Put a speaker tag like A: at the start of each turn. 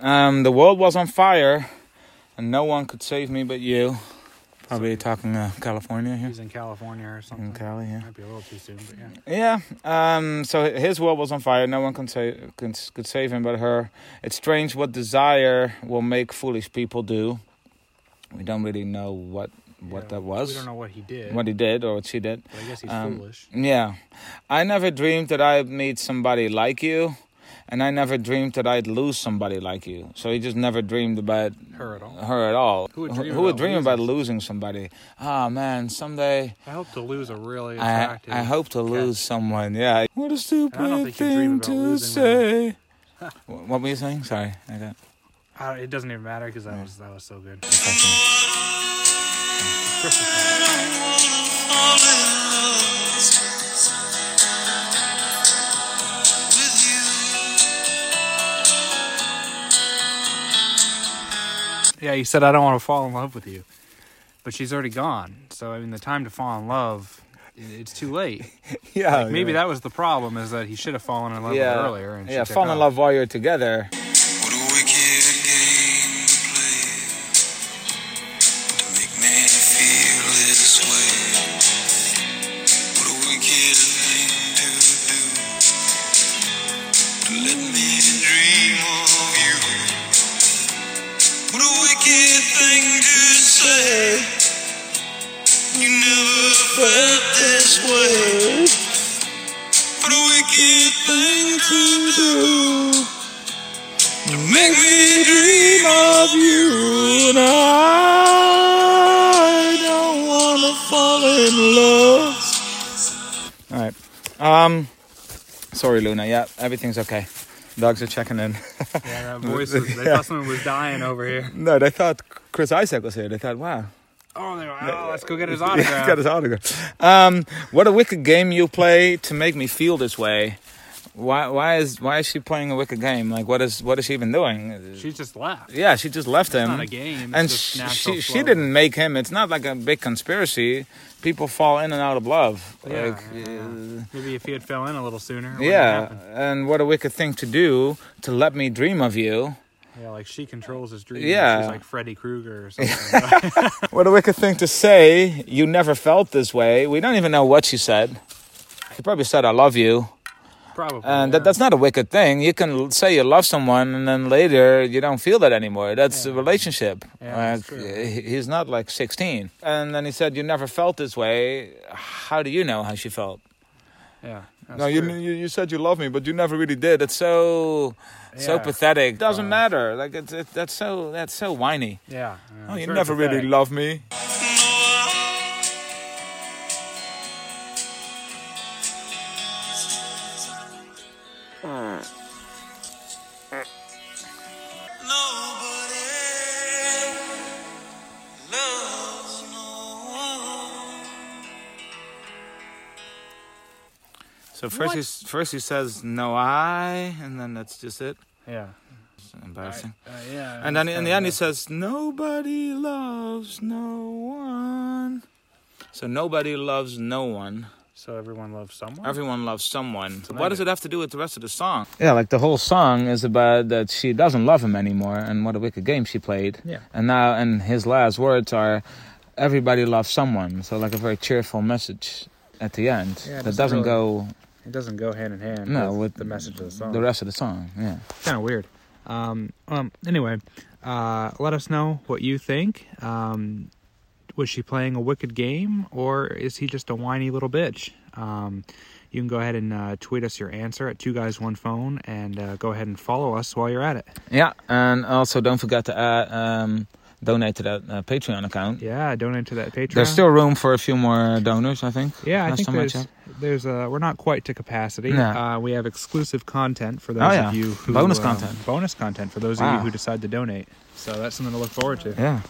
A: Um, the world was on fire, and no one could save me but you. Probably talking uh, California here.
B: He's in California or something.
A: In Cali, yeah.
B: Might be a little too soon, but yeah.
A: Yeah. Um, so h- his world was on fire. No one could, sa- could, could save him but her. It's strange what desire will make foolish people do. We don't really know what what
B: Yeah,
A: that was,
B: We don't know what he did.
A: what he did or what she did.
B: but I guess he's
A: um,
B: foolish.
A: Yeah. I never dreamed that I'd meet somebody like you, and I never dreamed that I'd lose somebody like you. So he just never dreamed about
B: Her at all.
A: her at all.
B: Who would
A: Who-
B: dream
A: who would
B: about
A: dream about
B: losing
A: losing somebody? Ah, man, someday
B: I hope to lose a really
A: I,
B: attractive.
A: I hope to lose someone. Yeah. What a stupid
B: think you dream
A: thing
B: about
A: to
B: losing women.
A: say. Wh- what were you saying? Sorry, I got.
B: Uh, it doesn't even matter because that was that was so good.
A: distracted.
B: Yeah, he said I don't want to fall in love with you, but she's already gone. So I mean, the time to fall in love, i- it's too late.
A: Yeah.
B: Maybe that was the problem is that he should have fallen in love with her earlier. And she
A: yeah.
B: took
A: Fall in
B: off.
A: love while you're together.
C: What a wicked game to play to make me feel this way. What a wicked thing to do to let me dream of you. What a wicked thing to say. You never felt this way. What a wicked thing to do. You make me dream of you, and I don't wanna fall in love.
A: All right. Um, sorry, Luna. Yeah, everything's okay. Dogs are checking in.
B: Yeah, that voice. Was, they thought someone was dying over here.
A: no, they thought Chris Isaac was here. They thought, wow,
B: Oh, they were, oh let's go get his
A: he's
B: autograph.
A: got his autograph. Um, what a wicked game you play to make me feel this way. Why? Why is why is she playing a wicked game? Like, what is what is she even doing?
B: She's just left.
A: yeah, she just left him.
B: not a game, it's
A: and
B: just
A: sh-
B: natural
A: she she
B: flow.
A: didn't make him. It's not like a big conspiracy. People fall in and out of love.
B: Yeah,
A: Like,
B: yeah, yeah.
A: uh,
B: Maybe if he had fell in a little sooner. it wouldn't have
A: yeah.
B: happened.
A: And what a wicked thing to do to let me dream of you.
B: Yeah, like she controls his dreams.
A: Yeah.
B: She's like Freddy Krueger or something.
A: What a wicked thing to say. You never felt this way. We don't even know what she said. She probably said, I love you.
B: Probably.
A: And
B: yeah.
A: that, that's not a wicked thing. You can l- say you love someone and then later you don't feel that anymore. That's a relationship.
B: Yeah,
A: like,
B: that's true.
A: he- he's not like 16. And then he said, You never felt this way. How do you know how she felt?
B: Yeah. That's
A: No, you,
B: true.
A: you you said you love me, but you never really did. It's so so
B: Yeah.
A: pathetic. doesn't
B: Uh,
A: matter. Like it's it, that's so that's so whiny.
B: Yeah. yeah,
A: Oh,
B: it's
A: you
B: very
A: never really
B: pathetic.
A: loved me.
C: No, nobody loves no one.
A: So first he s- first he says no I, and then that's just it.
B: Yeah.
A: It's embarrassing.
B: Uh, yeah.
A: and then
B: it's
A: in
B: kinda
A: the end he
B: rough.
A: says nobody loves no one. So nobody loves no one.
B: So everyone loves someone.
A: Everyone loves someone. So what
B: like
A: does it
B: it.
A: have to do with the rest of the song? Yeah, like the whole song is about that she doesn't love him anymore, and what a wicked game she played.
B: Yeah.
A: And now, and his last words are, "Everybody loves someone." So like a very cheerful message at the end
B: Yeah, it
A: that
B: doesn't
A: doesn't
B: really-
A: go
B: It doesn't go hand in hand.
A: No,
B: with,
A: with
B: the message of the song.
A: the rest of the song. Yeah.
B: kind of weird. Um, um, anyway, uh, let us know what you think. Um, was she playing a wicked game, or is he just a whiny little bitch? Um, you can go ahead and uh, tweet us your answer at Two Guys One Phone, and uh, go ahead and follow us while you're at it.
A: Yeah, and also don't forget to uh, um, donate to that uh, Patreon account.
B: Yeah, donate to that Patreon.
A: There's still room for a few more donors, I think.
B: yeah, I
A: Last
B: think
A: time
B: there's,
A: checked.
B: there's uh, we're not quite to capacity.
A: No.
B: Uh, we have exclusive content for those
A: Oh, yeah.
B: of you who
A: Bonus
B: um,
A: content.
B: bonus content for those of
A: Wow.
B: you who decide to donate. So that's something to look forward to.
A: Yeah.